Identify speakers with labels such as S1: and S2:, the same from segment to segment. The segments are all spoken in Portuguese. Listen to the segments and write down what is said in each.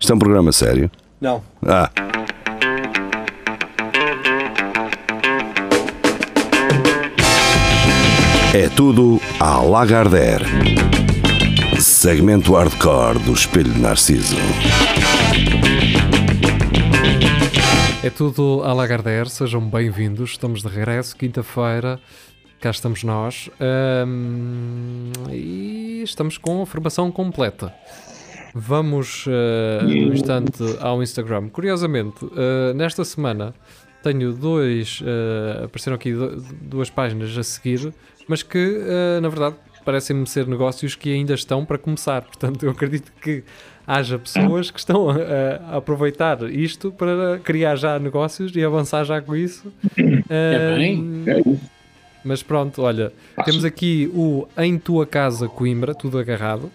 S1: Isto é um programa sério.
S2: Não.
S1: Ah, é tudo à Lagardère. Segmento hardcore do Espelho de Narciso.
S3: É tudo a Lagardère, sejam bem-vindos. Estamos de regresso, quinta-feira. Cá estamos nós. Ahm, e estamos com a formação completa. Vamos ah, um instante ao Instagram. Curiosamente, ah, nesta semana tenho dois. ah, apareceram aqui do- duas páginas a seguir, mas que ah, na verdade parecem-me ser negócios que ainda estão para começar. Portanto, eu acredito que haja pessoas que estão a, a aproveitar isto para criar já negócios e avançar já com isso.
S4: É
S3: Ah,
S4: bem.
S3: mas pronto, olha, temos aqui o Em Tua Casa Coimbra, tudo agarrado.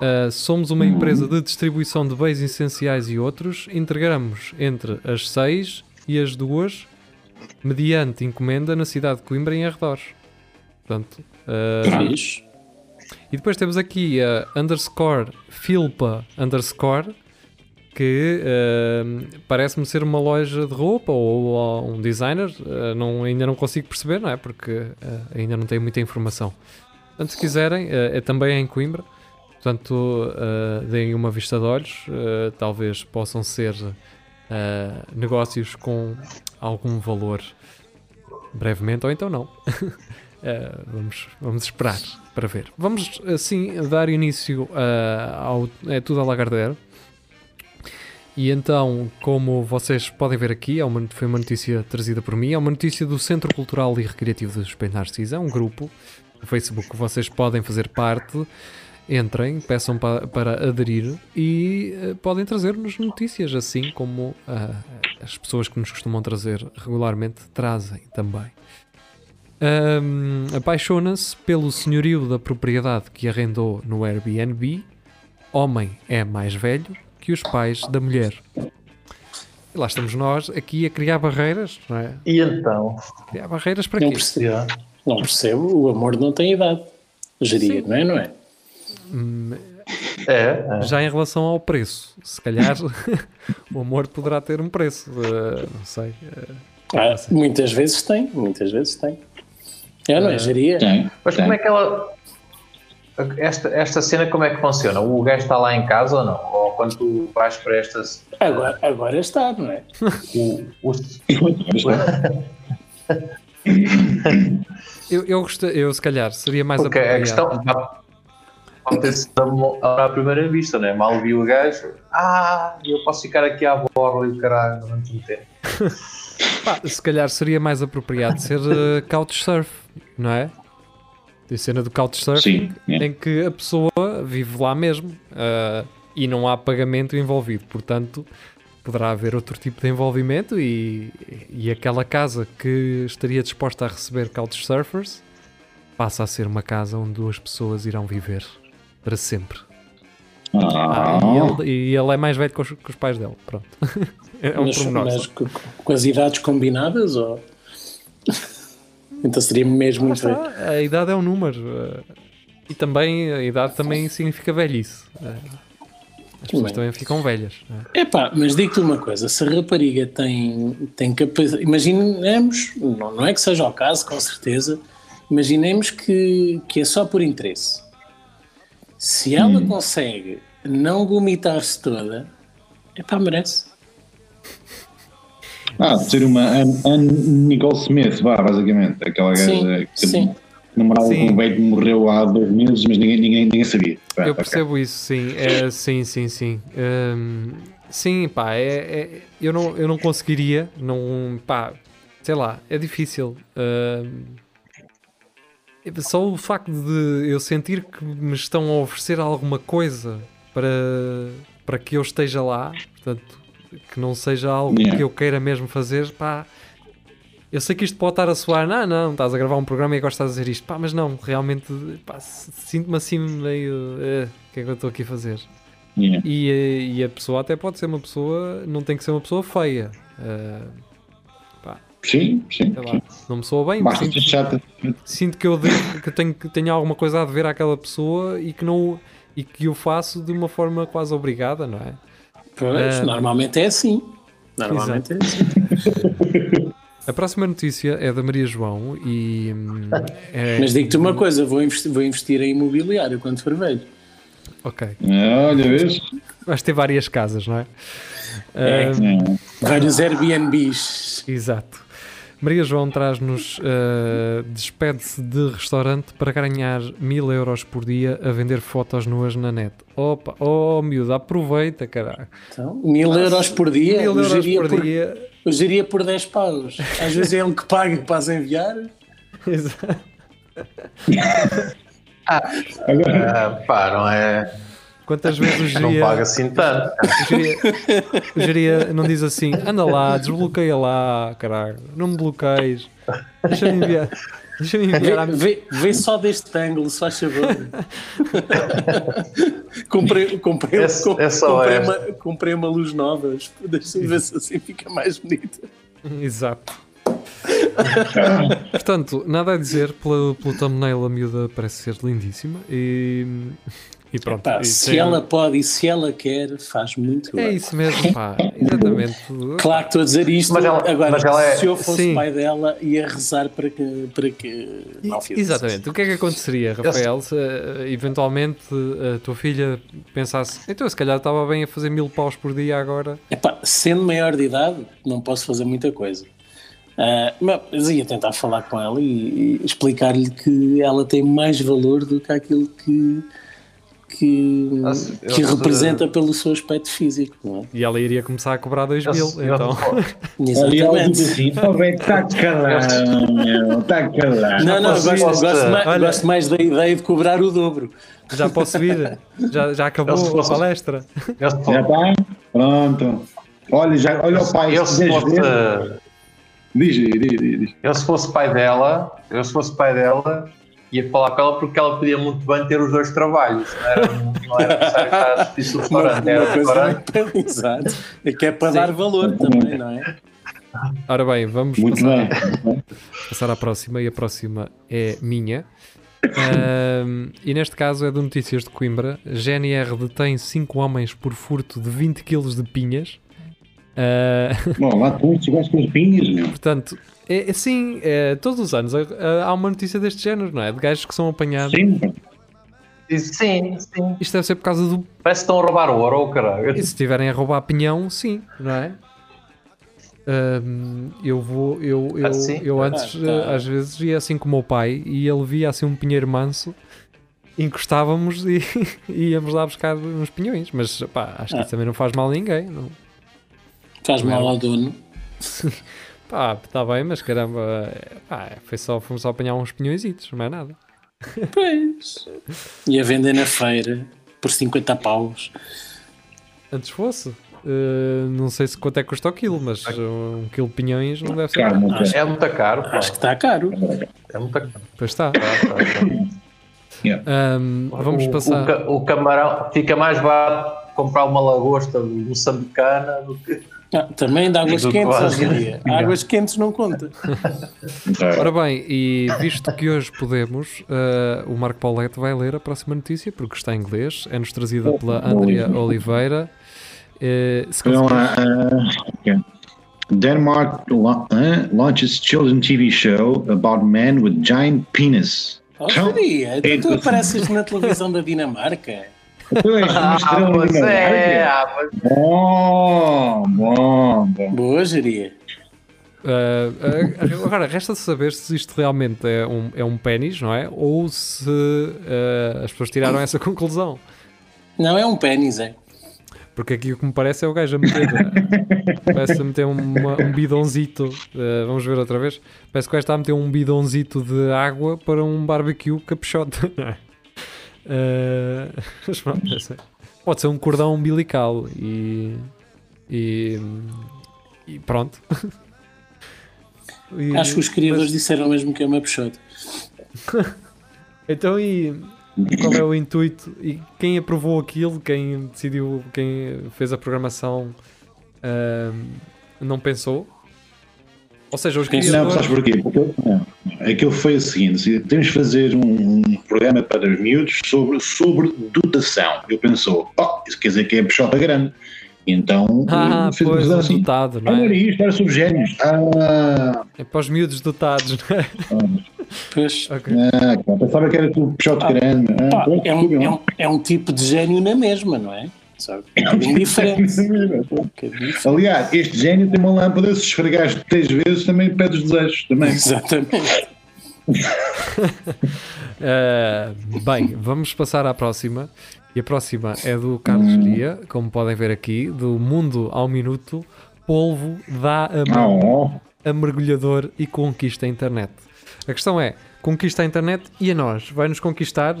S3: Uh, somos uma empresa de distribuição de bens essenciais e outros. Entregamos entre as 6 e as 2, mediante encomenda na cidade de Coimbra e em arredores. Portanto, uh,
S4: Fixe.
S3: e depois temos aqui a underscore Filpa underscore que eh, parece-me ser uma loja de roupa ou, ou um designer. eh, não, ainda não consigo perceber, não é? Porque eh, ainda não tenho muita informação. Portanto, se quiserem, eh, é também em Coimbra. Portanto, eh, deem uma vista de olhos. eh, talvez possam ser eh, negócios com algum valor brevemente, ou então não. Eh, vamos, vamos esperar para ver. Vamos assim dar início ah, ao É Tudo a Lagardère. E então, como vocês podem ver aqui, é uma, foi uma notícia trazida por mim, é uma notícia do Centro Cultural e Recreativo dos Espelho Narciso, é um grupo no Facebook que vocês podem fazer parte, entrem, peçam pa- para aderir e eh, podem trazer-nos notícias, assim como ah, as pessoas que nos costumam trazer regularmente trazem também. Ahm, Apaixona-se pelo senhorio da propriedade que arrendou no Airbnb. Homem é mais velho que os pais da mulher. E lá estamos nós aqui a criar barreiras, não é?
S5: E então?
S3: Criar barreiras para
S4: Não
S3: quê?
S4: percebo. Não percebo. O amor não tem idade. Geria, não é? Não é?
S5: É, é.
S3: Já em relação ao preço, se calhar o amor poderá ter um preço. eh, não sei. eh,
S4: Ah, muitas vezes tem. Muitas vezes tem. É, não é? Geria.
S6: Tem.
S5: Mas
S6: tem.
S5: como é que ela. Esta, esta cena, como é que funciona? O gajo está lá em casa ou não? Ou quando tu vais para esta.
S4: Agora, agora está, não é?
S5: O, o-
S3: Eu, eu, gosta- eu, se calhar, seria mais
S5: Porque a
S3: apropriado.
S5: questão pode ter sido amor à primeira vista, né? Mal vi o gajo, ah, eu posso ficar aqui à borla e o caralho durante um tempo.
S3: Pá, se calhar seria mais apropriado ser eh, couchsurf, não é? Tem cena do couchsurf
S6: Sim. é.
S3: em que a pessoa vive lá mesmo ah, e não há pagamento envolvido. Portanto, poderá haver outro tipo de envolvimento e, e aquela casa que estaria disposta a receber couchsurfers passa a ser uma casa onde duas pessoas irão viver para sempre.
S6: Ah,
S3: Ah, e, ele, e ele é mais velho que os, que os pais dele. Pronto. É um
S4: mas
S3: pormenor.
S4: mas co- co- com, as idades combinadas ou. então seria mesmo muito bem.
S3: Ah, a idade é um número. eh, E também a idade também significa velhice. eh. As pessoas
S4: Bem.
S3: também ficam velhas. não é?
S4: Epá, mas digo-te uma coisa, se a rapariga tem, tem capacidade, imaginemos, não, não é que seja o caso, com certeza, imaginemos que, que é só por interesse. Se ela
S3: Hum.
S4: consegue não vomitar-se toda, epá, merece.
S6: ah, ser uma Anne Anne Nicole Smith, vá, basicamente. Aquela
S4: Sim,
S6: gaja que
S4: sim.
S6: namorava
S3: Sim.
S6: com um velho que morreu há dois meses, mas ninguém, ninguém, ninguém sabia. tá Pronto,
S3: Eu
S6: ok.
S3: percebo isso, sim. É, sim, sim, sim. Hum, sim, pá, é, é- eu, não, eu não conseguiria. Não, pá, sei lá, é difícil. Hum, só o facto de eu sentir que me estão a oferecer alguma coisa para, para que eu esteja lá, portanto, que não seja algo
S6: Yeah.
S3: que eu queira mesmo fazer, pá. Eu sei que isto pode estar a soar, não, não, estás a gravar um programa e agora estás a dizer isto, pá, mas não, realmente, pá, s- sinto-me assim meio, eh, o que é que eu estou aqui a fazer?
S6: Yeah.
S3: E, eh, e a pessoa até pode ser uma pessoa, não tem que ser uma pessoa feia, eh,
S6: Sim, sim.
S3: sei lá,
S6: sim.
S3: não me soa bem, mas
S6: Basta
S3: sinto,
S6: ser chata.
S3: sinto que eu devo- que tenho, que tenho alguma coisa a dever àquela pessoa e que não e que o faço de uma forma quase obrigada, não é?
S4: Pois,
S3: Ah.
S4: normalmente é assim. Normalmente é assim.
S3: A próxima notícia é da Maria João e. hum, é-
S4: Mas digo-te uma coisa, vou investir, vou investir em imobiliário quando for velho.
S3: Ok.
S6: Ah, Olha, vês?
S3: Vais ter várias casas, não é?
S4: É.
S3: Ah,
S6: É.
S4: Vários Airbnbs.
S3: Exato. Maria João traz-nos ah, despede-se de restaurante para ganhar mil euros por dia a vender fotos nuas na net. Opa, oh miúdo, aproveita, caralho.
S4: Então, mil euros por dia,
S3: Mil
S4: eu
S3: euros
S4: É, geria
S3: por
S4: por,
S3: dia.
S4: eu geria por 10 paus. Às vezes é um que paga para as enviar.
S3: Exato.
S6: É. Agora,
S5: Ah, pá, não é.
S3: Quantas vezes o
S5: Não
S3: geria,
S5: paga assim tanto.
S3: o geria, o geria não diz assim, anda lá, desbloqueia lá, caralho, não me bloqueies, deixa-me enviar, deixa-me enviar à
S4: Vê, vê- vê só deste ângulo, só favor. comprei, comprei,
S5: É só- é só
S4: comprei,
S5: esta.
S4: uma, comprei uma luz nova. Deixa-me ver se assim fica mais bonita.
S3: Exato. Portanto, nada a dizer pelo, pelo thumbnail, a miúda parece ser lindíssima e, e pronto.
S4: Pá,
S3: E
S4: se
S3: tem-
S4: ela pode e se ela quer, faz muito
S3: um- É
S4: bem.
S3: isso mesmo, pá, exatamente.
S4: Claro que estou a dizer isto,
S5: Mas ela-
S4: agora
S5: mas ela é-
S4: se eu fosse
S3: Sim.
S4: pai dela, ia rezar para que, para que não fizesse.
S3: Exatamente. O que é que aconteceria, Rafael, se eh, eventualmente eh, a tua filha pensasse, então se calhar estava bem a fazer mil paus por dia agora?
S4: Epá, sendo maior de idade, não posso fazer muita coisa. Ah, mas ia tentar falar com ela e, e explicar-lhe que ela tem mais valor do que aquilo que, que,
S5: Ah, se-
S4: que
S5: eu-
S4: representa pelo seu aspecto físico, não é?
S3: E ela iria começar a cobrar dois
S5: Eu-
S3: mil,
S5: eu-
S3: então.
S6: olha, ele diz
S4: Ah, Exatamente.
S6: assim, "Pô, velho, tá calado, meu, tá calado.
S4: Não, não,
S5: posso-
S4: gosto,
S5: posso-
S4: gosto mais,
S3: olha-
S4: gosto mais da ideia de cobrar o dobro.
S3: Já posso vir? Já, já
S5: Eu se
S3: acabou a
S5: fosse-
S3: palestra?
S5: Eu se
S6: Já
S5: fosse-
S6: está? Pronto. Olha, já, olha o pai,
S5: eu
S6: se
S5: se
S6: quiseres ver-
S5: fosse.
S6: Diz, diz, diz, diz.
S5: Eu se fosse pai dela, eu se fosse pai dela, ia falar com ela porque ela podia muito bem ter os dois trabalhos. Não era, não era necessário estar a assistir o
S4: Uma,
S5: restaurante, era
S4: uma coisa assim.
S5: restaurante.
S4: para, exato, é que é para dar valor também, não é?
S3: Ora bem, vamos
S6: Tá Muito
S3: passar
S6: bem.
S3: passar à próxima e a próxima é minha. Ahm, e neste caso é de Notícias de Coimbra. GNR detém 5 homens por furto de 20 kg de pinhas. Ah,
S6: Bom, lá tu chegaste com os pinhos, meu.
S3: portanto, é, assim, é, todos os anos ah, ah, há uma notícia deste género, não é? De gajos que são apanhados.
S6: Sempre.
S5: Disse, Sim, sim.
S3: Isto deve ser por causa do.
S5: Parece que estão a roubar ouro, oh, caralho.
S3: E se estiverem a roubar pinhão, sim, não é? Ahm, eu vou, eu, eu,
S5: Ah, sim?
S3: eu antes,
S4: Ah, tá.
S3: eh, às vezes, ia assim com o meu pai e ele via assim um pinheiro manso, encostávamos e, e íamos lá buscar uns pinhões, mas pá, acho que
S4: Ah.
S3: isso também não faz mal a ninguém. Não.
S4: Faz mal ao dono.
S3: Pá, está bem, mas caramba, eh, pá, foi só, fomos só apanhar uns pinhõezitos, não é nada.
S4: Pois. Ia vender na feira por 50 paus.
S3: Antes fosse, eh, não sei se quanto é que custa o quilo, mas eh, um quilo de pinhões não deve ser.
S6: Cara,
S3: nada.
S4: Ah,
S6: muito bem.
S5: É muito caro, pá.
S4: Acho que está caro.
S5: É muito caro.
S3: Pois está.
S6: Yeah.
S3: Ahm, vamos
S5: O- O,
S3: passar.
S5: ca- o camarão fica mais barato comprar uma lagosta moçambicana do que.
S4: Ah, também de águas
S5: Do
S4: quentes,
S5: quase.
S4: eu diria. Águas quentes não conta.
S3: Então,
S6: É.
S3: Ora bem, e visto que hoje podemos, eh, o Marco Paulette vai ler a próxima notícia, porque está em inglês, é-nos trazida pela Andrea Oliveira. Eh, se
S6: Well,
S3: conseguir-
S6: uh, uh, okay. Denmark la- uh, launches children TV show about men with giant penis.
S4: Oh,
S6: Então,
S4: seria.
S6: é
S4: Tu
S6: isso. Então,
S4: apareces na televisão da Dinamarca.
S6: Tu és uma estrela
S5: pois Ah, é,
S6: lunária.
S5: ah, pois
S6: Bom, bom, bom.
S4: Boa, geria.
S3: Eh, eh, agora, resta saber se isto realmente é um, é um pênis, não é? Ou se eh, as pessoas tiraram essa conclusão.
S4: Não é um pênis, é.
S3: Porque aqui o que me parece é o gajo a meter. é? parece a meter uma- um bidonzito. eh, vamos ver outra vez. Parece que o gajo está a meter um bidonzito de água para um barbecue caprichote. Eh, mas pronto, não sei. Pode ser um cordão umbilical e. e. e pronto. E-
S4: Acho que os criadores disseram mesmo que é uma peixota.
S3: Então e. Qual é o intuito e quem aprovou aquilo, quem decidiu, quem fez a programação ahm, não pensou? Ou seja, os
S4: Quem sabe,
S6: Não, sabes
S3: criadores.
S6: porquê? Porque não, é aquilo foi o seguinte: se temos de fazer um, um programa para os miúdos sobre, sobre dotação. Eu pensou, oh, isso quer dizer que é a peixota grande. E então
S3: Ah,
S6: fez uma
S3: pois,
S6: coisa
S3: os
S6: assim.
S3: dotado,
S6: Ah,
S3: não
S6: não era
S3: é?
S6: isto, era sobre gêmeos. Ah,
S3: É para os miúdos dotados, não é?
S4: Pois,
S3: Ok.
S6: ah, cara, pensava que era tudo Peixote grande. Ah,
S4: pá,
S3: Uhum.
S6: pronto,
S4: é,
S6: tudo
S4: um,
S6: bem.
S4: é, um, é um tipo de gênio na mesma, não é? Só que é um bocadinho diferente. Um bocadinho diferente.
S6: Aliás, este gênio tem uma lâmpada, se esfregares três vezes também pede os desejos. Também.
S4: Exatamente.
S6: É.
S3: Ah, bem, vamos passar à próxima. E a próxima é do Carlos
S6: Hum.
S3: Geria, como podem ver aqui, do Mundo ao Minuto. Polvo dá a
S6: Ah,
S3: mão
S6: ó.
S3: a mergulhador e conquista a internet. A questão é, conquista a internet e a nós? Vai-nos conquistar?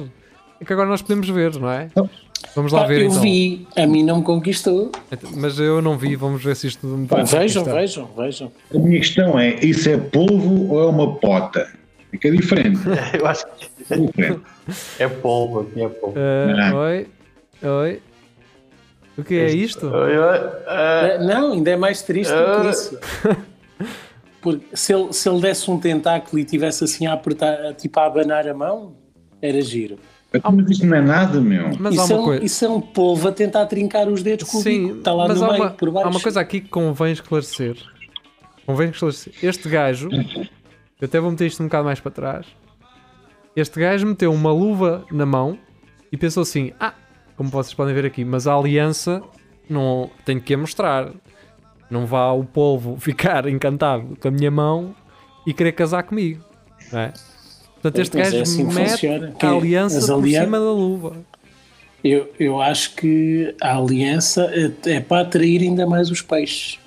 S3: É que agora nós podemos ver, não é?
S6: Não.
S3: Vamos lá
S4: Pá,
S3: ver
S4: Ah, eu
S3: então.
S4: vi, a mim não me conquistou.
S3: Então, Mas eu não vi, vamos então. ver se isto me
S4: Pá,
S3: vai
S4: vejam,
S3: conquistar.
S4: vejam, vejam.
S6: A minha questão é: isso é polvo ou é uma pota? É que é diferente.
S5: Eu acho que
S6: É diferente.
S5: é polvo, aqui é polvo.
S3: Ah,
S6: Não.
S3: oi, oi. O que é isto?
S5: Oi, oi, ah,
S4: Ah, Não, ainda é mais triste do que
S5: Ah.
S4: isso. Porque se ele, se ele desse um tentáculo e tivesse assim a apertar, a, tipo a abanar a mão, era giro.
S6: Ah, mas isto não é nada, meu.
S3: Mas há
S4: isso, é
S3: uma
S4: um,
S3: coisa.
S4: isso é um polvo a tentar trincar os dedos com o bico.
S3: Sim,
S4: Está lá
S3: mas
S4: no
S3: há,
S4: meio,
S3: uma,
S4: por baixo.
S3: há uma coisa aqui que convém esclarecer. Convém esclarecer. Este gajo, eu até vou meter isto um bocado mais para trás. Este gajo meteu uma luva na mão e pensou assim: ah, como vocês podem ver aqui, mas a aliança não tenho que a mostrar. Não vá o polvo ficar encantado com a minha mão e querer casar comigo. Não é? Portanto, este
S4: Mas é
S3: gajo
S4: assim que
S3: mete
S4: funciona. Que
S3: a
S4: é,
S3: aliança
S4: as
S3: por
S4: alian-
S3: cima da luva.
S4: Eu, eu acho que a aliança é, é para atrair ainda mais os peixes.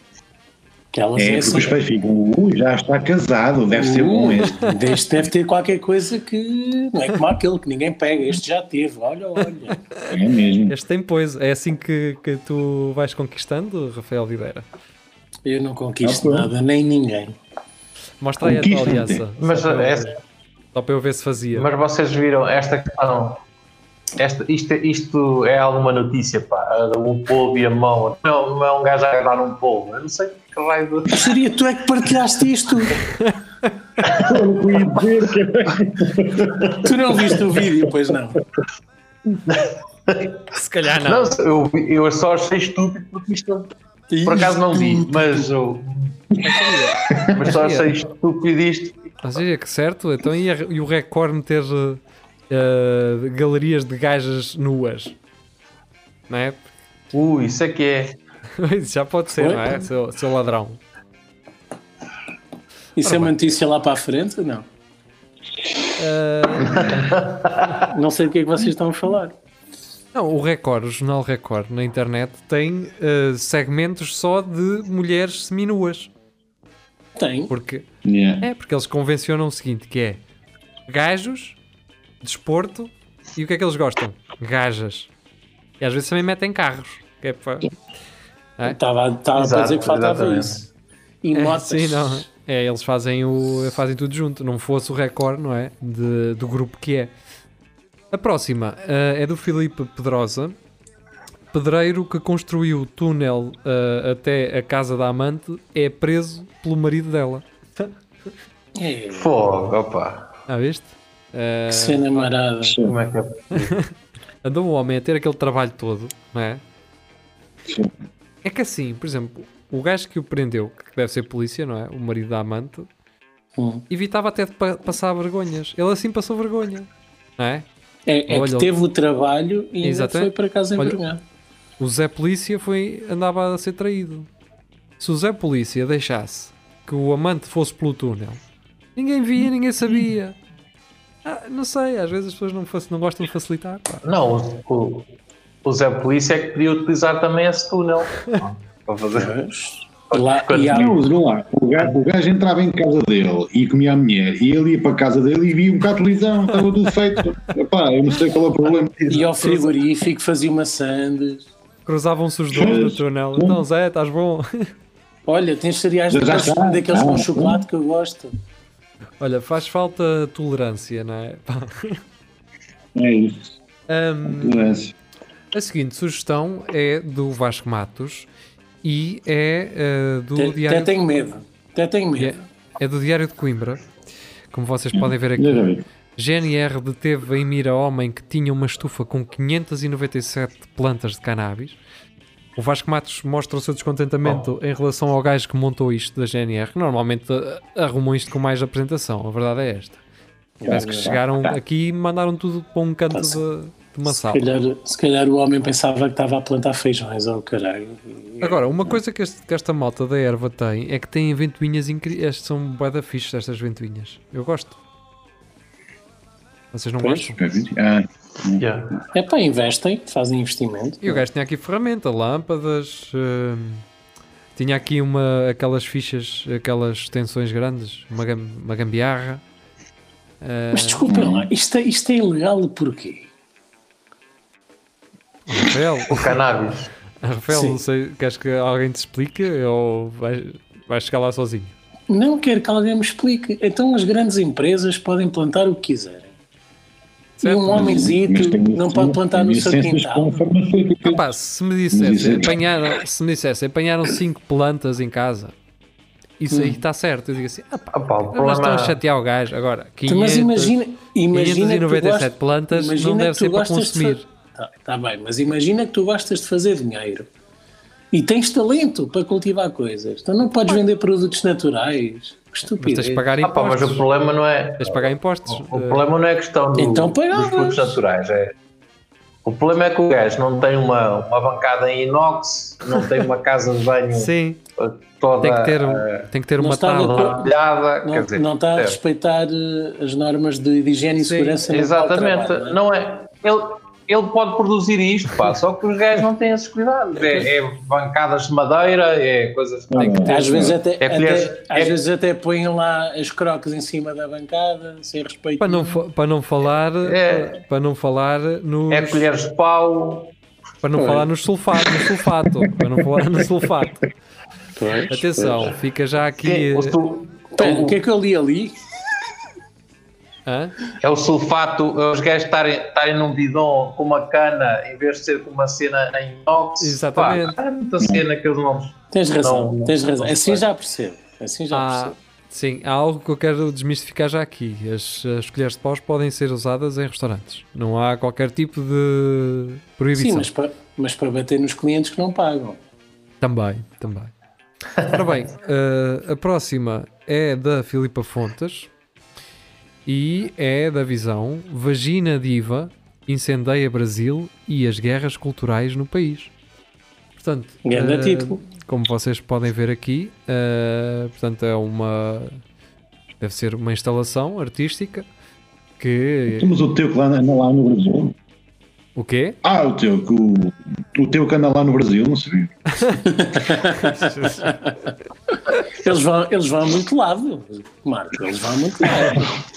S4: Que elas
S6: É,
S4: é,
S6: porque os
S4: assim. Uh.
S6: pais ficam, "Ui, já está casado, deve ser bom este.
S4: Este Um, deve ter qualquer coisa que não é como aquele que ninguém pega. Este já teve, olha, olha.
S6: É mesmo.
S3: Este tem pois, é assim que, que tu vais conquistando, Rafael Videira.
S4: Eu não conquisto
S6: Ah, pronto.
S4: nada, nem ninguém.
S3: Mostra aí a tua
S6: Conquista-me.
S3: aliança.
S5: Mas,
S3: só, para eu,
S5: essa-
S3: só para eu ver se fazia.
S5: mas vocês viram esta questão? Esta, isto, isto é alguma notícia, pá. a- O polvo e a mão. Não, é- não é um gajo a agarrar um polvo. Eu não sei que raio de.
S4: Seria tu é que partilhaste isto?
S6: Eu ia dizer
S4: é
S6: que-
S4: Tu não viste o vídeo, pois não.
S3: Se calhar
S5: Não, eu, vi- eu só achei estúpido porque isto. Por acaso não vi, mas eu. Mas só achei estúpido isto.
S3: Mas é que certo, então e, a- e o recorde meter eh, eh, galerias de gajas nuas? Não é?
S5: Ui, isso é que é.
S3: Isso já pode ser,
S4: Oi?
S3: não é? Seu, seu ladrão.
S4: Isso é uma notícia lá para a frente? Não.
S3: Eh,
S4: Não sei do que é que vocês estão a falar.
S3: não, o Record, o jornal Record na internet tem eh, segmentos só de mulheres seminuas.
S4: Tem.
S3: Porque
S6: Yeah.
S3: É, porque eles convencionam o seguinte, que é gajos, desporto e o que é que eles gostam? Gajas. E às vezes também metem carros. Que é para...
S4: Estava, estava a
S5: Exato,
S4: dizer que faltava
S5: exatamente.
S4: isso. E
S3: é,
S4: notas.
S3: sim, não. É, eles fazem, o, fazem tudo junto. Não fosse o recorde, não é? De- do grupo que é. A próxima eh, é do Filipe Pedrosa. Pedreiro que construiu o túnel eh, até a casa da amante é preso pelo marido dela.
S4: É, que
S5: Fogo, opa.
S3: Ah, viste? Eh,
S4: cena marada.
S5: Como é que é?
S3: andou o homem a ter aquele trabalho todo, não é?
S6: Sim.
S3: É que assim, por exemplo, o gajo que o prendeu, que deve ser polícia, não é? O marido da amante,
S4: Hum.
S3: evitava até de pa- passar vergonhas. Ele assim passou vergonha, não é?
S4: É, é
S3: Olha,
S4: que teve o trabalho e ainda
S3: Exatamente.
S4: foi para casa
S3: Olha,
S4: envergonhado.
S3: O Zé Polícia foi, andava a ser traído. Se o Zé Polícia deixasse que o amante fosse pelo túnel, ninguém via, ninguém sabia. Ah, não sei, às vezes as pessoas não, fac- não gostam de facilitar. pá.
S5: Não, o, o, o Zé Polícia é que podia utilizar também esse túnel. Para fazer.
S4: Mas, lá, e há-
S6: Não, vê lá, o gajo, o gajo entrava em casa dele e comia a mulher, e ele ia para a casa dele e via um bocado de televisão, estava tudo feito. Epá, eu não sei qual é o problema.
S4: e ao frigorífico fazia maçãs.
S3: Cruzavam-se os dois no túnel. Então, Zé, estás bom?
S4: Olha, tens cereais
S6: Já
S4: daqueles,
S6: está.
S4: daqueles
S6: Ah,
S4: com
S6: sim.
S4: chocolate que eu gosto.
S3: Olha, faz falta tolerância, não é? Pá.
S6: É isso.
S4: Hum,
S6: é assim.
S3: Ahm,
S6: Ignorância.
S3: a seguinte sugestão é do Vasco Matos e é ah, do
S4: Até, até
S3: Diário
S4: tenho medo. Até tenho medo.
S3: é, é do Diário de Coimbra. Como vocês podem ver
S6: Já
S3: aqui,
S6: vi.
S3: GNR deteve em mira homem que tinha uma estufa com 597 plantas de cannabis. O Vasco Matos mostra o seu descontentamento em relação ao gajo que montou isto da GNR. que Normalmente eh, arrumam isto com mais apresentação, a verdade é esta. Parece que chegaram
S6: Tá,
S3: aqui e mandaram tudo para um canto de, de uma
S4: Se
S3: sala.
S4: calhar, se calhar o homem pensava que estava a plantar feijões, oh caralho.
S3: Agora, uma coisa que, este- que esta malta da erva tem é que tem ventoinhas incríveis. São bué da fixe estas ventoinhas. Eu gosto. Vocês não
S4: Pois.
S3: gostam?
S6: Ah,
S5: Yeah.
S4: É pá, investem, fazem investimento.
S3: E o gajo tinha aqui ferramenta, lâmpadas. hum, tinha aqui uma, aquelas fichas, aquelas tensões grandes, uma, gam- uma gambiarra. Ah,
S4: Mas desculpem lá, isto, é- isto é ilegal porquê?
S3: a Rafael,
S5: O cannabis.
S3: a Rafael
S4: Sim.
S3: não sei, queres que alguém te explique ou vais, vais chegar lá sozinho?
S4: Não quero que alguém me explique. Então as grandes empresas podem plantar o que quiserem. E um
S3: Certo?
S6: mas
S4: homenzito
S6: tem
S4: não pode plantar no seu
S6: licenças
S4: quintal.
S6: com farmacêutica.
S3: Pá, se me dissesse,
S6: Dizem.
S3: apanharam, se me dissesse, apanharam cinco plantas em casa, isso
S4: Hum.
S3: aí está certo. Eu digo assim, ah, pá,
S5: Ah, pá, o
S3: elas estão
S5: problema
S3: a chatear o gajo agora. 500,
S4: Então, Mas imagina, imagina que tu
S3: 597
S4: gosta-
S3: plantas não
S4: imagina
S3: deve
S4: que tu
S3: ser para
S4: gostas de
S3: consumir.
S4: fa- Tá, tá bem, mas imagina que tu gostas de fazer dinheiro e tens talento para cultivar coisas. Então não podes vender produtos naturais. Que
S3: mas tens
S4: estupidez.
S3: de pagar
S5: Ah, pá, mas
S3: impostos.
S5: o problema não é.
S3: Tens de pagar impostos.
S5: O problema não é a questão do-
S4: Então
S5: dos
S4: pagavas.
S5: produtos naturais. É. O problema é que o gajo não tem uma, uma bancada em inox, não tem uma casa de banho
S3: Eh, Sim,
S5: toda.
S3: tem que ter,
S5: É-
S3: um- tem que ter
S4: não
S3: uma
S4: está de
S3: tábua.
S4: acordo.
S5: Olhada,
S4: Não,
S5: quer dizer, é.
S4: não está a
S5: percebe?
S4: respeitar eh, as normas de, de higiene e
S3: Sim,
S4: segurança. no local de
S5: Exatamente,
S4: trabalho, não é?
S5: não é? Ele, ele pode produzir isto, pá, só que os gajos não têm esses cuidados. É, é bancadas de madeira, é coisas que têm que ter.
S4: Às vezes até,
S5: É colheres-
S4: até- às
S5: é-
S4: vezes até põem lá as croques em cima da bancada, sem respeito.
S3: Para não, fa- para não falar,
S5: É.
S3: para não falar nos,
S5: É colheres de pau.
S3: para não falar nos sulfato, no sulfato, para não falar no sulfato. Atenção, fica já aqui.
S5: é, o
S3: eh,
S5: sul-
S4: Pera, o que é que eu li ali?
S3: hã?
S5: é o sulfato, é os gajos estarem, estarem num bidon com uma cana em vez de ser com uma cena em inox.
S3: Exatamente.
S5: Pá, há muita cena que eles não. é
S4: Tens razão,
S5: Não, Ah,
S4: tens razão.
S5: não
S4: Assim
S5: sei.
S4: já percebo. Assim já
S3: Há,
S4: percebo.
S3: sim, há algo que eu quero desmistificar já aqui. As, as colheres de paus podem ser usadas em restaurantes. Não há qualquer tipo de proibição.
S4: Sim, mas para, mas para bater nos clientes que não pagam.
S3: Também, também. Ora bem, eh, a próxima é da Filipa Fontes e é da visão Vagina Diva incendeia Brasil e as guerras culturais no país. Portanto,
S4: Grande
S3: eh,
S4: título.
S3: como vocês podem ver aqui, eh, portanto é uma deve ser uma instalação artística que
S6: Temos o teu que lá, anda lá no Brasil.
S3: o quê?
S6: Ah, o teu que o, o teu que anda lá no Brasil, não sabia.
S4: Eles vão, eles vão muito lado, Marco, eles vão muito lado.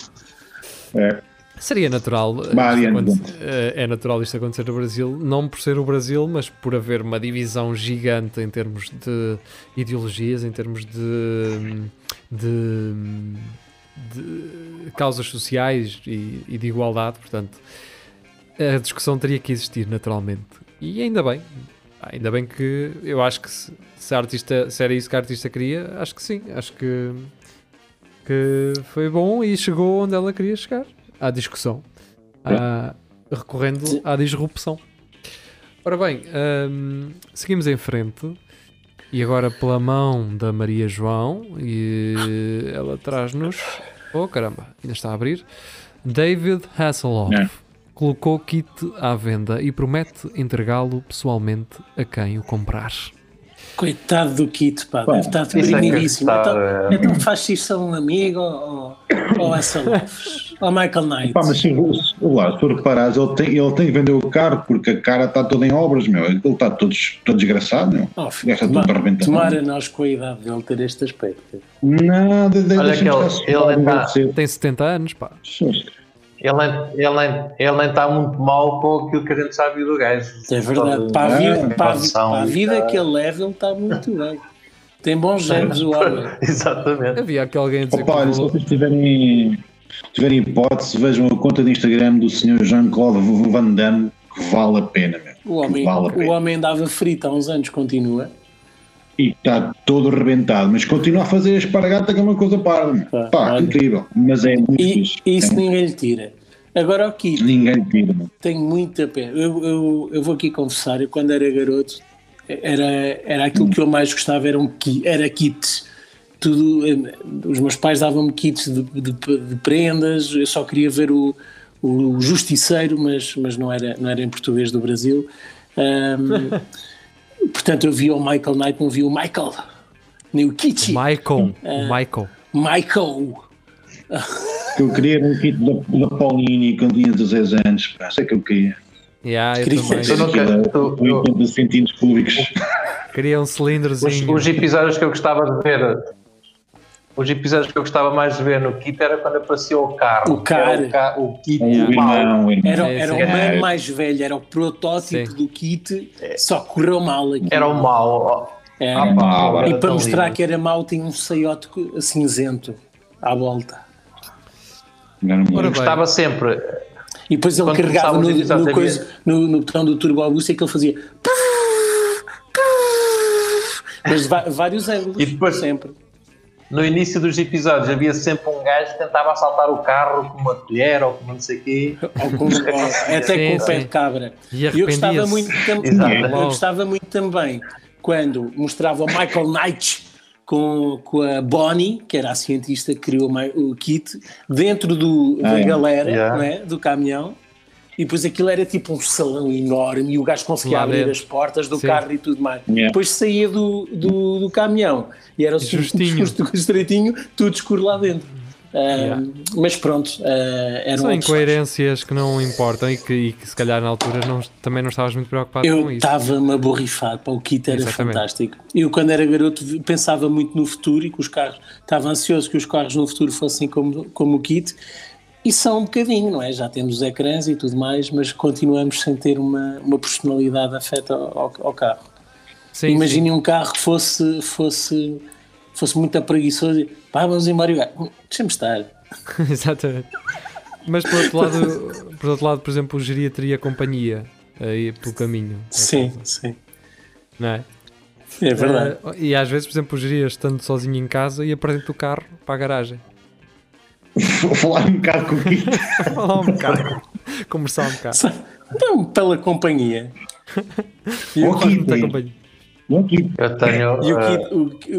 S6: É.
S3: Seria natural. eh,
S6: Mariano.
S3: aconte- eh, É natural isto acontecer no Brasil, não por ser o Brasil, mas por haver uma divisão gigante em termos de ideologias, em termos de, de, de causas sociais e, e de igualdade. Portanto, a discussão teria que existir naturalmente. E ainda bem. Ainda bem que eu acho que se, se a artista, se era isso que a artista queria, acho que sim. Acho que, que foi bom e chegou onde ela queria chegar à discussão, à- recorrendo à disrupção. Ora bem, hum, seguimos em frente e agora pela mão da Maria João e ela traz-nos. Oh caramba, ainda está a abrir. David Hasselhoff
S6: É.
S3: colocou kit à venda e promete entregá-lo pessoalmente a quem o comprar.
S4: Coitado do Kito, pá, deve estar
S5: isso é que
S4: deprimidíssimo.
S5: está,
S4: Então,
S5: é.
S4: então faz isso a um amigo ou, ou a Salofes, ou Michael Knight.
S6: Pá, mas se, se- lá, se tu reparares, ele tem, ele tem que vender o carro porque a cara está toda em obras, meu. Ele está todo, todo desgraçado, meu.
S4: Oh,
S6: Já
S4: filho,
S6: está
S4: toma-
S6: tudo arrebentado.
S4: tomara nós com a idade dele ter este aspecto.
S6: Nada, de,
S5: Olha que ele- ele tá- está-
S3: Tem 70 anos, pá.
S5: Ele, nem- ele, nem- ele nem está muito mal com aquilo que a gente sabe do gajo.
S4: É verdade,
S5: Todo-
S4: para a, vi-
S6: Ah,
S4: para a vi-
S5: relação
S4: para a
S5: e
S4: vida
S5: tal.
S4: que ele leva, ele está muito bem. Tem bons genes o homem.
S5: Exatamente.
S3: Havia aqui alguém a dizer
S6: Opa, olha,
S3: que
S6: se
S3: o valor-
S6: vocês tiverem, tiverem hipótese, vejam a conta de Instagram do Sr. Jean-Claude Van Damme, que vale a pena, meu.
S4: O homem,
S6: Que vale a
S4: o
S6: pena.
S4: homem andava frito há uns anos, continua.
S6: E está todo arrebentado, mas continua a fazer a espargata que é uma coisa parda, meu.
S4: Pá,
S6: Pá,
S4: Tá, olha.
S6: incrível. Mas é muito
S4: E
S6: fixe.
S4: e isso
S6: É,
S4: ninguém lhe tira. Agora o Kito,
S6: Ninguém tira, meu.
S4: tenho muita pena. Eu, eu, eu vou aqui confessar, eu quando era garoto era, era aquilo que eu mais gostava, era, um, ki- era kits. Tudo, eh, os meus pais davam-me kits de, de- de prendas, eu só queria ver o, o Justiceiro, mas, mas não, era, não era em português do Brasil. Ahm, portanto, eu via o Michael Knight, não via o Michael, nem o Kitty.
S3: Michael, Michael.
S4: Michael!
S6: Que eu queria era um kit da, da Paulini quando tinha 16 anos, pá, isso é que eu queria.
S3: Yeah, eu
S4: Queria-
S5: Eu
S3: também.
S5: não- nunca-
S6: Aquilo,
S5: tu-
S6: com 80 centímetros cúbicos.
S3: Queria um
S5: Os,
S3: cilindrozinho.
S5: os episódios que eu gostava de ver. Os episódios que eu gostava mais de ver no kit era quando aparecia o carro.
S4: O carro.
S5: Era O, ca- o kit
S6: O
S5: mau.
S6: irmão, o irmão.
S4: Era,
S3: Sim,
S4: era o
S3: É, sim.
S4: man mais velho, era o protótipo
S3: Sim.
S4: do kit, só correu mal aqui.
S5: Era o mau.
S4: Era.
S5: Ah, pá,
S4: É. E
S5: era
S4: para
S5: tão
S4: mostrar
S5: lindo.
S4: que era mau, tinha um saiote co- cinzento à volta.
S6: Era um
S3: Ora bem.
S5: Gostava sempre.
S4: E depois ele
S5: Quando
S4: carregava no,
S5: começávamos a dizer,
S4: no
S5: sabia?
S4: coisa- no- no botão do turbo Augusto e que ele fazia. Mas va- vários ângulos.
S5: E depois-
S4: Sempre.
S5: No início dos episódios havia sempre um gajo que tentava assaltar o carro com uma colher ou com não sei o quê.
S4: Ou com- ou- até
S3: Sim,
S4: com o pé
S3: sim.
S4: de cabra.
S3: E
S4: eu gostava
S3: arrependia-se.
S4: muito, tam-
S5: Exato.
S4: eu
S3: Logo.
S4: gostava muito também quando mostrava o Michael Knight com, com a Bonnie, que era a cientista que criou o mai- o kit, dentro do, da
S6: Ah, é.
S4: galera
S5: Yeah.
S4: não é? do caminhão. E depois aquilo era tipo um salão enorme e o gajo conseguia
S3: Lá
S4: abrir
S3: dentro.
S4: as portas do
S3: Sim.
S4: carro e tudo mais.
S6: Yeah.
S4: Depois saía do, do, do caminhão e era
S3: Justinho.
S4: justo- estreitinho, tudo escuro lá dentro. Ah,
S3: Yeah.
S4: Mas pronto, ah, eram
S3: São
S4: outros tempos.
S3: incoerências que não importam e que, e que se calhar na altura não- também não estavas muito preocupado
S4: Eu tá,
S3: com isso.
S4: estava-me a borrifar, pá, o kit era
S3: Exatamente.
S4: fantástico. Eu, quando era garoto, vi- pensava muito no futuro e que os carros, estava ansioso que os carros no futuro fossem como, como o kit, e são um bocadinho, não é? Já temos os ecrãs e tudo mais, mas continuamos sem ter uma, uma personalidade afeta ao, ao carro.
S3: Sim,
S4: Imaginem um carro que fosse, fosse, fosse muito preguiçoso e pá, vamos embora. e o gajo, "Hum, Deixa-me estar.
S3: sim, Exatamente. Mas por outro lado, por outro lado, por exemplo, o geriatria companhia aí pelo caminho.
S4: Sim, sim,
S3: Não é?
S4: é verdade.
S3: Eh, e às vezes, por exemplo, o geria estando sozinho em casa ia para dentro do carro para a garagem.
S6: Vou falar um bocado com o kit.
S3: Falar um bocado. Conversar um bocado.
S4: Então, pela companhia.
S3: E eu
S6: Ou
S3: quase
S6: kit,
S3: não te
S6: hein?
S3: acompanho.
S6: Não kit.
S5: Eu tenho.
S4: E o,
S5: eh,
S4: Kit, o,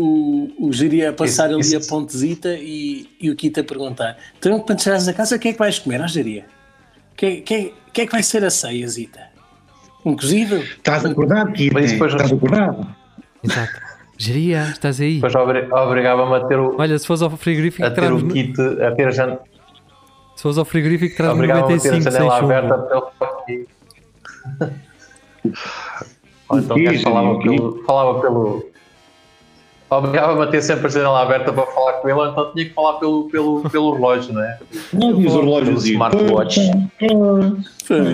S4: o, o Giro ia passar
S5: Isso-
S4: ali
S5: isso-
S4: a pontezita e, e o Kit a perguntar: então, quando chegares a casa, o que é que vais comer? Ah, Geria, o que, é- que, é- que é que vai ser a ceia, Zita? Um cozido?
S6: Estás acordado, Kit?
S5: Mas depois-
S6: Estás acordado?
S3: Exato. Geria, estás aí?
S5: depois obri- obrigava-me a ter o,
S3: Olha, se fores ao frigorífico,
S5: a ter
S3: traz
S5: o kit, a ter a janela,
S3: se fores ao frigorífico, traz
S5: obrigava-me a
S3: 95
S5: ter
S3: sem
S5: a janela
S3: chumbo.
S5: aberta pelo kit. Ou então
S6: O
S5: o
S6: quê,
S5: gajo falava
S6: Jardim, o quê?
S5: pelo. Falava pelo Obrigava-me a ter sempre a janela aberta para falar com ele, ou então tinha que falar pelo, pelo, pelo relógio, não é?
S6: Não diz o relógio
S5: Pelo
S6: assim.
S5: smartwatch.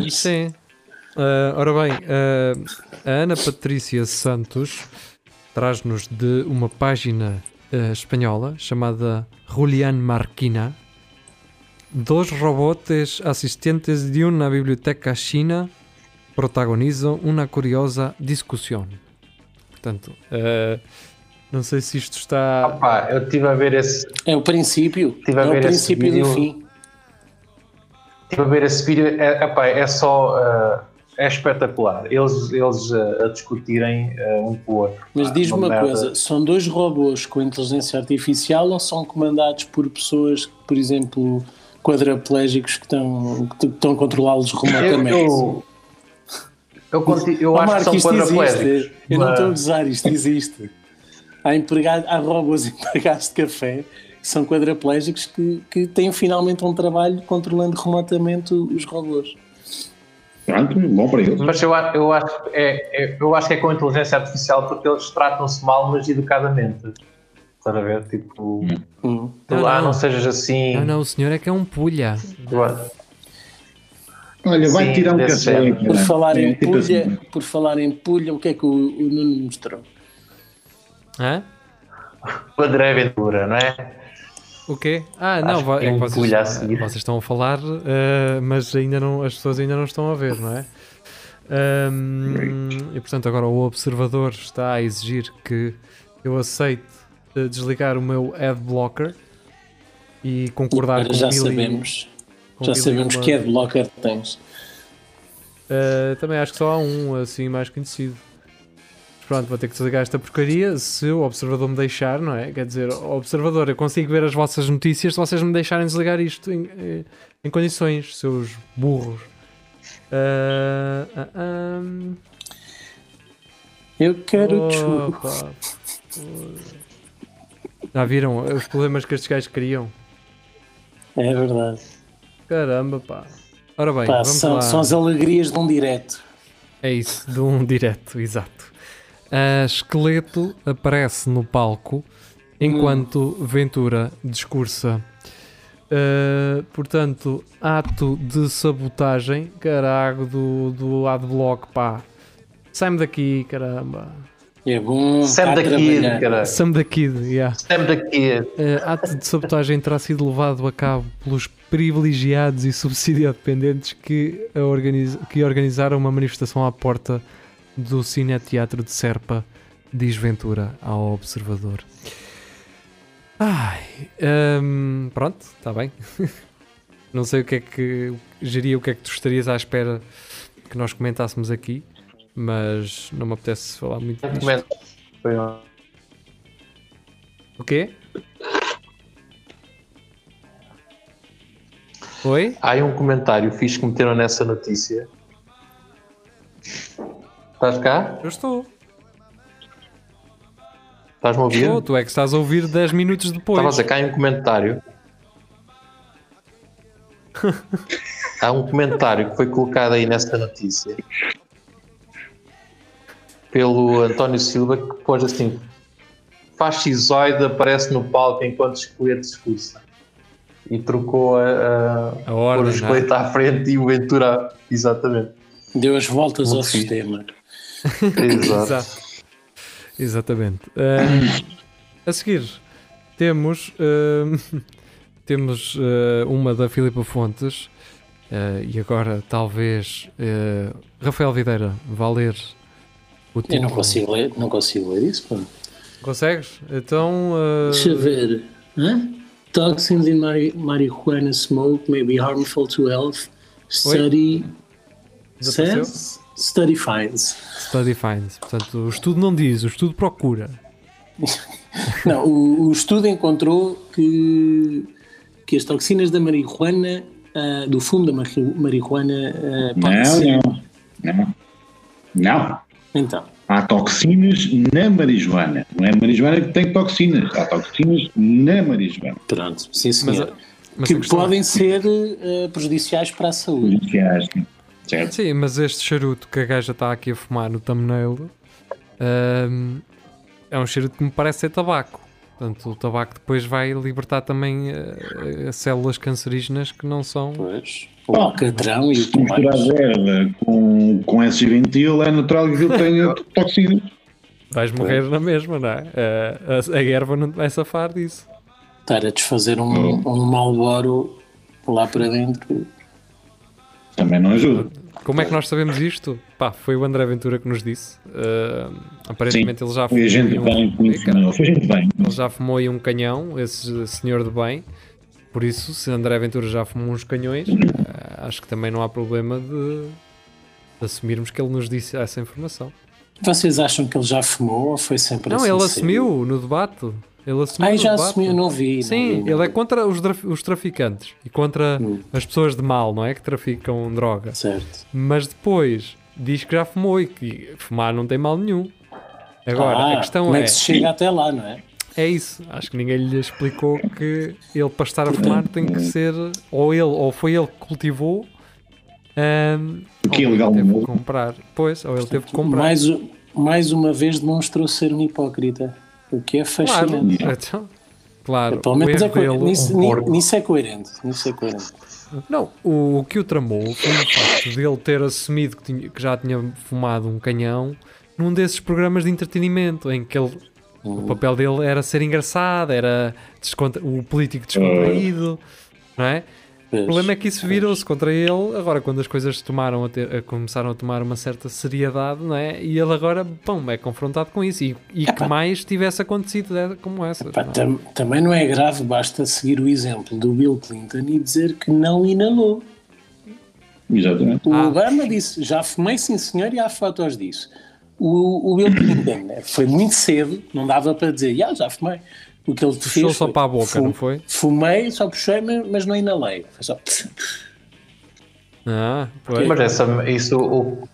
S3: Sim. é. Ah, ora bem, ah, a Ana Patrícia Santos traz-nos de uma página ah, espanhola chamada Julián Marquina. Dos robotes asistentes de uma biblioteca china protagonizam uma curiosa discussão. Portanto, ah, não sei se isto está.
S5: Pá, eu estive a ver esse,
S4: É o princípio,
S5: Estive a
S4: é o
S5: ver esse
S4: princípio do
S5: vídeo.
S4: fim.
S5: Estive Tipo, a ver esse vídeo, é, epá, é só. eh, é espetacular. Eles, eles eh, a discutirem eh, um com o outro.
S4: Mas
S5: Pá,
S4: diz-me uma
S5: merda.
S4: coisa: são dois robôs com inteligência artificial ou são comandados por pessoas, por exemplo, quadraplégicos que estão, que estão a controlá-los
S5: Eu,
S4: remotamente?
S5: eu, eu, conti- eu
S4: Oh,
S5: acho
S4: Marco,
S5: que
S4: isto
S5: são quadraplégicos.
S4: existe. Eu não
S5: mas-
S4: estou a gozar, isto existe. Há, empregado, há robôs empregados de café que são quadraplégicos que, que têm finalmente um trabalho controlando remotamente os robôs.
S6: Pronto, bom para ele.
S5: Mas eu, a- eu, acho, que é, é- eu acho que é com inteligência artificial porque eles tratam-se mal, mas educadamente. Estás a ver? Tipo,
S4: Hum.
S5: tu,
S3: Não,
S5: ah,
S3: não.
S5: não sejas assim.
S3: Não, não, o senhor é que é um pulha.
S5: tu-
S6: Olha, vai
S5: Sim,
S6: tirar um
S5: deve
S6: café.
S5: ser.
S6: caralho.
S4: Por falar
S6: É,
S4: em
S6: tipo assim.
S4: pulha, por falar em pulha, o que é que o, o Nuno mostrou?
S3: Hã?
S5: Uma greve dura, não é?
S3: O quê? Ah, não,
S5: Acho
S3: vo-
S5: que
S3: é
S5: tem
S3: que
S5: um
S3: vocês,
S5: colho a seguir.
S3: vocês estão a falar, eh, mas ainda não, as pessoas ainda não estão a ver, não é? Ahm, e portanto, agora o observador está a exigir que eu aceite eh, desligar o meu ad blocker e concordar com
S4: já
S3: mil e-
S4: sabemos.
S3: com
S4: Já
S3: mil e
S4: sabemos
S3: uma-
S4: que é adblocker tens.
S3: Eh, também acho que só há um assim mais conhecido. Pronto, vou ter que desligar esta porcaria se o observador me deixar, não é? Quer dizer, observador, eu consigo ver as vossas notícias se vocês me deixarem desligar isto em, eh, em condições, seus burros. Ah, ah, ah.
S4: Eu
S3: Oh.
S4: quero chu-
S3: Opa, foda-se. Já viram os problemas que estes gajos criam?
S4: É verdade.
S3: Caramba, pá. Ora bem,
S4: Pá,
S3: vamos
S4: são,
S3: lá.
S4: são as alegrias de um direto.
S3: É isso, de um direto, exato. A esqueleto aparece no palco enquanto Ventura discursa. Uh, portanto, ato de sabotagem, carago do, do adblock, pá. Sai-me daqui, caramba.
S4: É bom.
S5: Sam
S4: estar a
S5: daqui,
S4: trabalhar.
S5: cara.
S3: Sam da Kid, yeah.
S5: Sam daqui.
S3: Eh, ato de sabotagem terá sido levado a cabo pelos privilegiados e subsidiodependentes que, a organiz- que organizaram uma manifestação à porta do Cineteatro de Serpa, diz Ventura ao observador. Ai, hum, pronto, está bem. Não sei o que é que geria, o que é que tu estarias à espera que nós comentássemos aqui, mas não me apetece falar muito
S5: Não
S3: disto.
S5: comento. Foi um-
S3: O quê? Oi?
S5: Há aí um comentário fixe que meteram nessa notícia. Estás cá?
S3: Eu estou.
S5: Estás-me a ouvir?
S3: Estou, tu é que estás a ouvir 10 minutos depois.
S5: Estava a dizer, cá há um comentário. há um comentário que foi colocado aí nessa notícia pelo António Silva que pôs assim: fascisoide aparece no palco enquanto esqueleto discursa. E trocou a, a,
S3: A ordem,
S5: pôr o
S3: não é?
S5: esqueleto à frente e o Ventura. Exatamente.
S4: Deu as voltas
S5: Muito
S4: ao
S5: fixe.
S4: sistema.
S5: Exato.
S3: Exato. Exatamente. Ah, a seguir, temos, ah, temos ah, uma da Filipa Fontes ah, e agora talvez ah, Rafael Videira vá ler o título.
S4: Eu não consigo ler, não consigo ler isso. Pô.
S3: Consegues? Então, ah,
S4: Deixa eu ver. Hã? Toxins in mari- marijuana smoke may be harmful to health. Study
S3: Desapareceu?
S4: says, study finds.
S3: study finds. Portanto, o estudo não diz, o estudo procura.
S4: Não, o, o estudo encontrou que, que as toxinas da marihuana, ah, do fumo da marri- marihuana, ah, podem
S6: Não,
S4: ser.
S6: não. Não. Não.
S4: Então,
S6: Há toxinas na marijuana. Não é a marijuana que tem toxinas. Há toxinas na marijuana.
S4: pronto, sim
S3: Mas,
S4: senhor.
S3: mas a
S4: que
S3: questão é-
S4: podem ser ah, prejudiciais para a saúde.
S6: Policiais, Certo?
S3: Sim, mas este charuto que a gaja está aqui a fumar no thumbnail ahm, é um charuto que me parece ser tabaco. Portanto, o tabaco depois vai libertar também eh, eh, células cancerígenas que não são.
S4: Pois, o alcatrão e o
S6: Se misturar
S4: tomate.
S6: erva com, com esse ventil, é natural que aquilo tenha toxinas.
S3: Vais morrer na mesma, não é? Eh, a, a erva não te vai safar disso.
S4: Estar a desfazer um, um malboro lá para dentro.
S6: Também não ajuda.
S3: Como é que nós sabemos isto? Pá, foi o André Ventura que nos disse. Ahm, aparentemente ele já
S6: Foi a gente
S3: um-
S6: bem que me
S3: Ih, cara.
S6: ensinou. Foi é? a gente bem.
S3: Ele já fumou aí um canhão, esse senhor de bem. Por isso, se André Ventura já fumou uns canhões, eh, acho que também não há problema de, de assumirmos que ele nos disse essa informação.
S4: Vocês acham que ele já fumou ou foi sempre
S3: não,
S4: assim?
S3: ele
S4: sempre?
S3: assumiu no debate. Ele assumiu
S4: Ah,
S3: no
S4: já
S3: debate.
S4: assumiu, não vi. não vi,
S3: Sim,
S4: não
S3: ele é
S4: vi.
S3: contra os, traf- os traficantes e contra
S4: Hum.
S3: as pessoas de mal, não é? Que traficam droga.
S4: Certo.
S3: Mas depois diz que já fumou e que fumar não tem mal nenhum. Agora,
S4: Ah,
S3: a questão
S4: como é
S3: é.
S4: que se chega até lá, não é?
S3: É isso, acho que ninguém lhe explicou que ele para estar a fumar tem que ser ou ele ou foi ele que cultivou ahm,
S6: O que é
S3: ou ele
S6: legal no
S3: teve que
S6: mundo?
S3: comprar. Pois, ou ele teve que comprar.
S4: Mais, u- mais uma vez demonstrou ser um hipócrita, o que é
S3: claro,
S4: fascinante.
S3: então, claro,
S4: Pelo
S3: o
S4: menos é
S3: erro
S4: coerente.
S3: dele-
S4: Nisso,
S5: um
S4: ni-
S5: porco.
S4: nisso é coerente. Nisso é coerente.
S3: Não, o, o que o tramou foi o facto de ele ter assumido que, tinha- que já tinha fumado um canhão num desses programas de entretenimento em que ele,
S6: Uhum.
S3: o papel dele era ser engraçado, era descontra- o político descontraído,
S6: Uhum.
S3: não é? O problema é que isso virou-se contra ele. Agora, quando as coisas tomaram a ter- a- começaram a tomar uma certa seriedade, não é? E ele agora, pum, é confrontado com isso. E, e que mais tivesse acontecido de- como essas.
S4: Pá,
S3: não é?
S4: tam- também não é grave, basta seguir o exemplo do Bill Clinton e dizer que não inalou.
S6: Exatamente.
S4: O
S3: Ah.
S4: Obama disse: já fumei, sim senhor, e há fotos disso. o, o Bill Clinton né, foi muito cedo, não dava para dizer, "Ya, já fumei. O que ele
S3: Puxou
S4: fez
S3: só
S4: foi,
S3: para a boca,
S4: "Fu-
S3: não foi?"
S4: Fumei, só puxei, mas, mas não inalei. Foi só...
S3: Ah, pois.
S5: Mas, essa, isso, o,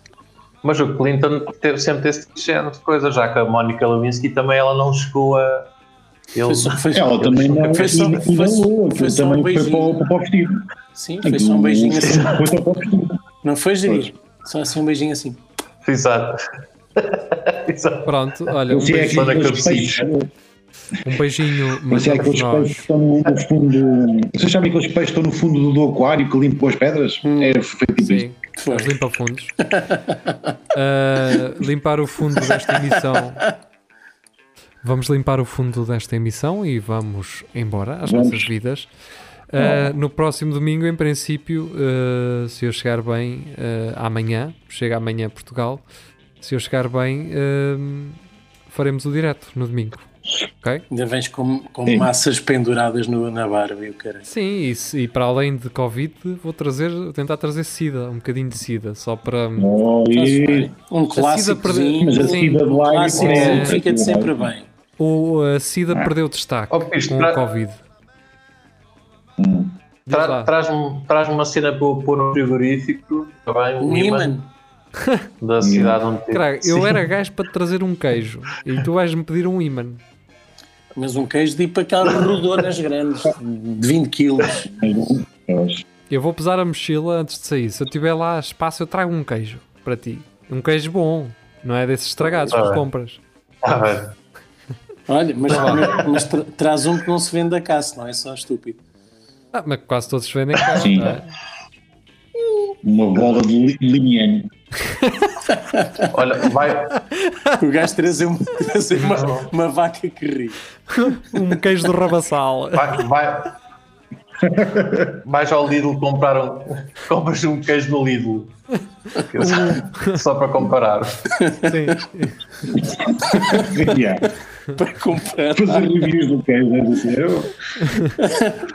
S5: mas o Clinton teve sempre esse género de coisa, já que a Mónica Lewinsky também ela não chegou a. Ele,
S4: Foi só, foi só- um
S6: Ela É, também não
S4: foi só-
S6: não
S4: foi só-
S6: inalou,
S4: foi só
S6: também
S4: um
S6: foi para o-
S4: beijinho.
S6: para o vestido.
S4: Sim, foi só um beijinho assim.
S6: Foi só para o vestido.
S4: Não foi gerido. Só assim um beijinho assim.
S5: Exato. Exato.
S3: Pronto, olha, um
S6: Você é
S3: beijinho,
S5: Olha que
S6: aqueles peixes.
S5: absurdo.
S3: um beijinho
S6: Você é
S3: mandado por
S6: aqueles
S3: nós.
S6: peixes que estão no fundo. Vocês sabem aqueles peixes que estão no fundo do aquário que limpam as pedras? É, foi tipo isto.
S3: Hum. Sim,
S4: Foi.
S3: os limpa-fundos. Ah, limpar o fundo desta emissão. Vamos limpar o fundo desta emissão e vamos embora às
S6: Vamos.
S3: nossas vidas. Ah, no próximo domingo, em princípio, ah, se eu chegar bem ah, amanhã, chega amanhã a Portugal, se eu chegar bem, ah, faremos o direto no domingo. Ok?
S4: Ainda vens com, com
S6: Sim.
S4: massas penduradas no, na barba e o caralho.
S3: Sim, e, se- e para além de Covid, vou trazer, tentar trazer SIDA, um bocadinho de SIDA, só para.
S6: Oh, e...
S4: Um
S3: SIDA
S4: clássico.
S3: perdeu-
S6: Mas a
S3: Sim,
S6: cidade
S4: Um
S6: lá
S4: clássico
S3: É.
S4: fica de sempre bem.
S3: O a SIDA perdeu destaque
S5: Oh, Pires,
S3: com
S5: tra-
S3: o Covid. Diz
S5: Tra-
S3: lá.
S5: Traz-me traz uma cena para eu pôr no frigorífico. Está bem? Um
S4: Um
S5: imã
S4: imã.
S5: da cidade onde teve.
S3: Caralho, eu
S5: Sim.
S3: era gajo para te trazer um queijo e tu vais-me pedir um ímã.
S4: Mas um queijo de ir para aquelas rodonas grandes, de 20 quilos.
S6: É
S3: Eu vou pesar a mochila antes de sair. Se eu tiver lá espaço, eu trago um queijo para ti. Um queijo bom, não é desses estragados
S5: Tá
S3: que
S5: bem.
S3: compras.
S5: Está Tá bem.
S4: Olha, mas, mas tra- traz um que não se vende a caça, não é só estúpido.
S3: Ah, mas quase todos se vendem cá.
S6: Sim.
S3: não é?
S6: Uma bola de limiano.
S5: Olha, vai,
S4: O gajo trazer, uma, trazer uma, uma vaca que ri.
S3: Um queijo de rabassal.
S5: vai, vai. Vais ao Lidl comprar um. Compras um queijo no Lidl. Só para comparar.
S3: Sim.
S6: Yeah.
S4: Para comprar.
S6: é Fazer reviews do queijo. é dizer, eu-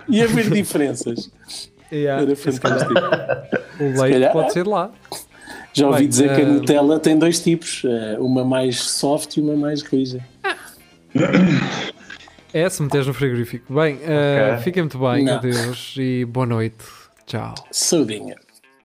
S4: E haver diferenças.
S3: Yeah.
S4: Era fantástico.
S3: ah, O leite
S4: calhar-
S3: pode ser de lá.
S4: Já ouvi
S3: é tipo- Bem,
S4: dizer que a
S3: eh,
S4: Nutella tem dois tipos, eh, uma mais soft e uma mais rija.
S3: É, se meteres no frigorífico. Bem, ah,
S5: Ok.
S3: fiquem muito bem.
S4: Não.
S3: Adeus e boa noite. Tchau.
S4: Saudinha.